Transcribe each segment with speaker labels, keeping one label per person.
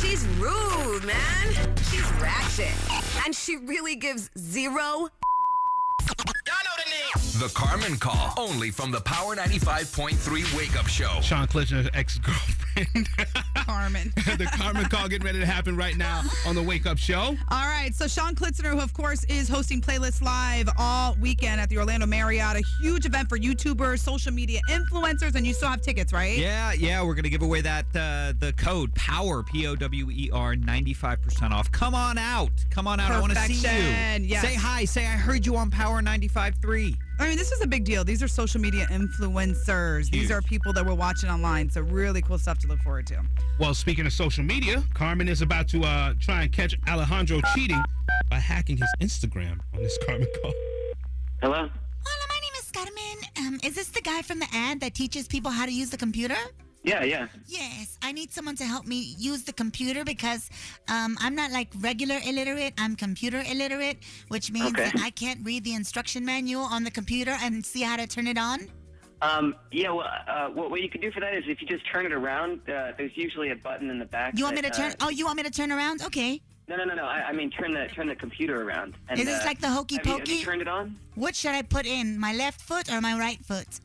Speaker 1: She's rude, man. She's ratchet. And she really gives zero.
Speaker 2: The Carmen Call, only from the Power 95.3 Wake Up Show.
Speaker 3: Sean Klitschner's ex-girlfriend.
Speaker 4: Carmen.
Speaker 3: the Carmen Call getting ready to happen right now on the Wake Up Show.
Speaker 4: All right, so Sean Klitzner, who of course is hosting Playlist Live all weekend at the Orlando Marriott, a huge event for YouTubers, social media influencers, and you still have tickets, right?
Speaker 5: Yeah, yeah, we're gonna give away that uh, the code power p o w e r ninety five percent off. Come on out, come on out. I want to see
Speaker 4: Perfection,
Speaker 5: you.
Speaker 4: yes.
Speaker 5: Say hi. Say I heard you on Power ninety five three.
Speaker 4: I mean, this is a big deal. These are social media influencers. These
Speaker 5: Huge.
Speaker 4: are people that we're watching online. So really cool stuff to look forward to.
Speaker 3: Well, speaking of social media, Carmen is about to uh, try and catch Alejandro cheating by hacking his Instagram on this Carmen Call.
Speaker 6: Hello?
Speaker 7: Hola, my name is Carmen. Um, is this the guy from the ad that teaches people how to use the computer?
Speaker 6: Yeah, yeah.
Speaker 7: Yes, I need someone to help me use the computer because um, I'm not like regular illiterate. I'm computer illiterate, which means
Speaker 6: Okay.
Speaker 7: that I can't read the instruction manual on the computer and see how to turn it on.
Speaker 6: Um, yeah, well, uh, what, what you can do for that is if you just turn it around, uh, there's usually a button in the back.
Speaker 7: You want me
Speaker 6: that,
Speaker 7: to turn?
Speaker 6: Uh,
Speaker 7: Oh, you want me to turn around? Okay.
Speaker 6: no, no, no, no. I, I mean, turn the turn the computer around. And,
Speaker 7: Is this
Speaker 6: uh,
Speaker 7: like the hokey
Speaker 6: have you- have
Speaker 7: pokey?
Speaker 6: you turned it on?
Speaker 7: What should I put in? My left foot or my right foot?
Speaker 6: I-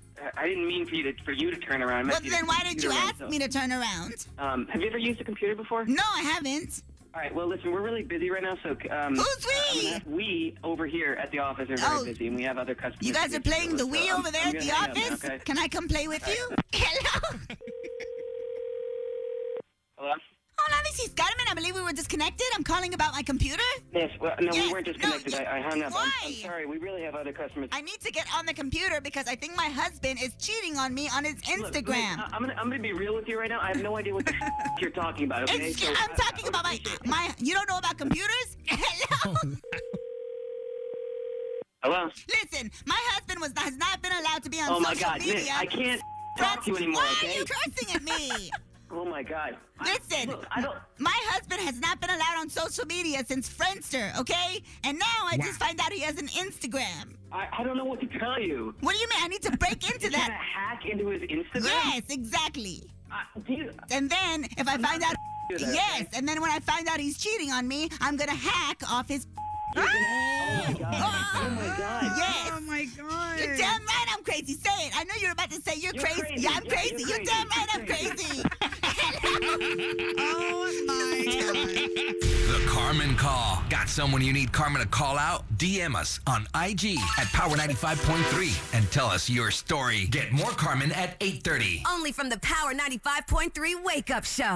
Speaker 6: I didn't mean for you to for you to turn around. I meant
Speaker 7: Well,
Speaker 6: for you to
Speaker 7: then
Speaker 6: turn
Speaker 7: why
Speaker 6: the
Speaker 7: did you
Speaker 6: computer
Speaker 7: ask
Speaker 6: around,
Speaker 7: me to turn around?
Speaker 6: so- Um, have you ever used a computer before?
Speaker 7: No, I haven't.
Speaker 6: All right. Well, listen, we're really busy right now, so um,
Speaker 7: Who's
Speaker 6: I'm
Speaker 7: we?
Speaker 6: gonna- we over here at the office are very
Speaker 7: Oh.
Speaker 6: busy, and we have other customers.
Speaker 7: You guys
Speaker 6: to
Speaker 7: are
Speaker 6: deal
Speaker 7: playing
Speaker 6: with, so
Speaker 7: the Wii
Speaker 6: I'm-
Speaker 7: over there
Speaker 6: I'm
Speaker 7: at
Speaker 6: gonna
Speaker 7: the
Speaker 6: hang up now,
Speaker 7: office?
Speaker 6: okay?
Speaker 7: Can I come play with you? Hello?
Speaker 6: Hello.
Speaker 7: Hola, this is Carmen. I believe we were disconnected. I'm calling about my computer.
Speaker 6: Yes. Well, no, we
Speaker 7: Yes,
Speaker 6: weren't
Speaker 7: no,
Speaker 6: disconnected.
Speaker 7: you-
Speaker 6: I, I hung up. I'm, I'm
Speaker 7: Why?
Speaker 6: sorry. We really have other customers.
Speaker 7: I need to get on the computer because I think my husband is cheating on me on his
Speaker 6: Look, uh, look,
Speaker 7: Instagram.
Speaker 6: I- I'm gonna, I'm gonna be real with you right now. I have no idea what the f- you're talking about. Okay, uh,
Speaker 7: Excuse- I'm talking about my my. You don't know about computers? Hello.
Speaker 6: Hello.
Speaker 7: Listen, my husband was has not been allowed to be on
Speaker 6: Oh
Speaker 7: social
Speaker 6: my God,
Speaker 7: media.
Speaker 6: Nick, I can't talk
Speaker 7: That's-
Speaker 6: to you anymore.
Speaker 7: Why
Speaker 6: okay?
Speaker 7: are you cursing at me?
Speaker 6: Oh my God. I-
Speaker 7: Listen,
Speaker 6: look, I don't.
Speaker 7: my husband has not been allowed on social media since Friendster, okay? And now I just find out he has an Instagram.
Speaker 6: I, I don't know what to tell you.
Speaker 7: What do you mean? I need to break into
Speaker 6: Trying to
Speaker 7: that.
Speaker 6: hack into his Instagram.
Speaker 7: Yes, exactly.
Speaker 6: I, do you,
Speaker 7: And then if I find out,
Speaker 6: do that,
Speaker 7: yes.
Speaker 6: okay?
Speaker 7: And then when I find out he's cheating on me, I'm gonna hack off his. Ah!
Speaker 6: oh my God. Oh my God.
Speaker 7: Yes.
Speaker 4: Oh my god.
Speaker 7: You're damn right I'm crazy. Say it. I know you're about to say you're,
Speaker 6: You're
Speaker 7: crazy.
Speaker 6: crazy.
Speaker 7: Yeah, I'm
Speaker 6: Yeah,
Speaker 7: crazy.
Speaker 6: you're
Speaker 7: You're,
Speaker 6: crazy.
Speaker 7: damn right
Speaker 6: You're
Speaker 7: I'm crazy. Hello.
Speaker 4: Oh my god.
Speaker 2: The Carmen Call. Got someone you need Carmen to call out? DM us on IG at Power 95.3 and tell us your story. Get more Carmen at 830.
Speaker 1: Only from the Power 95.3 Wake Up Show.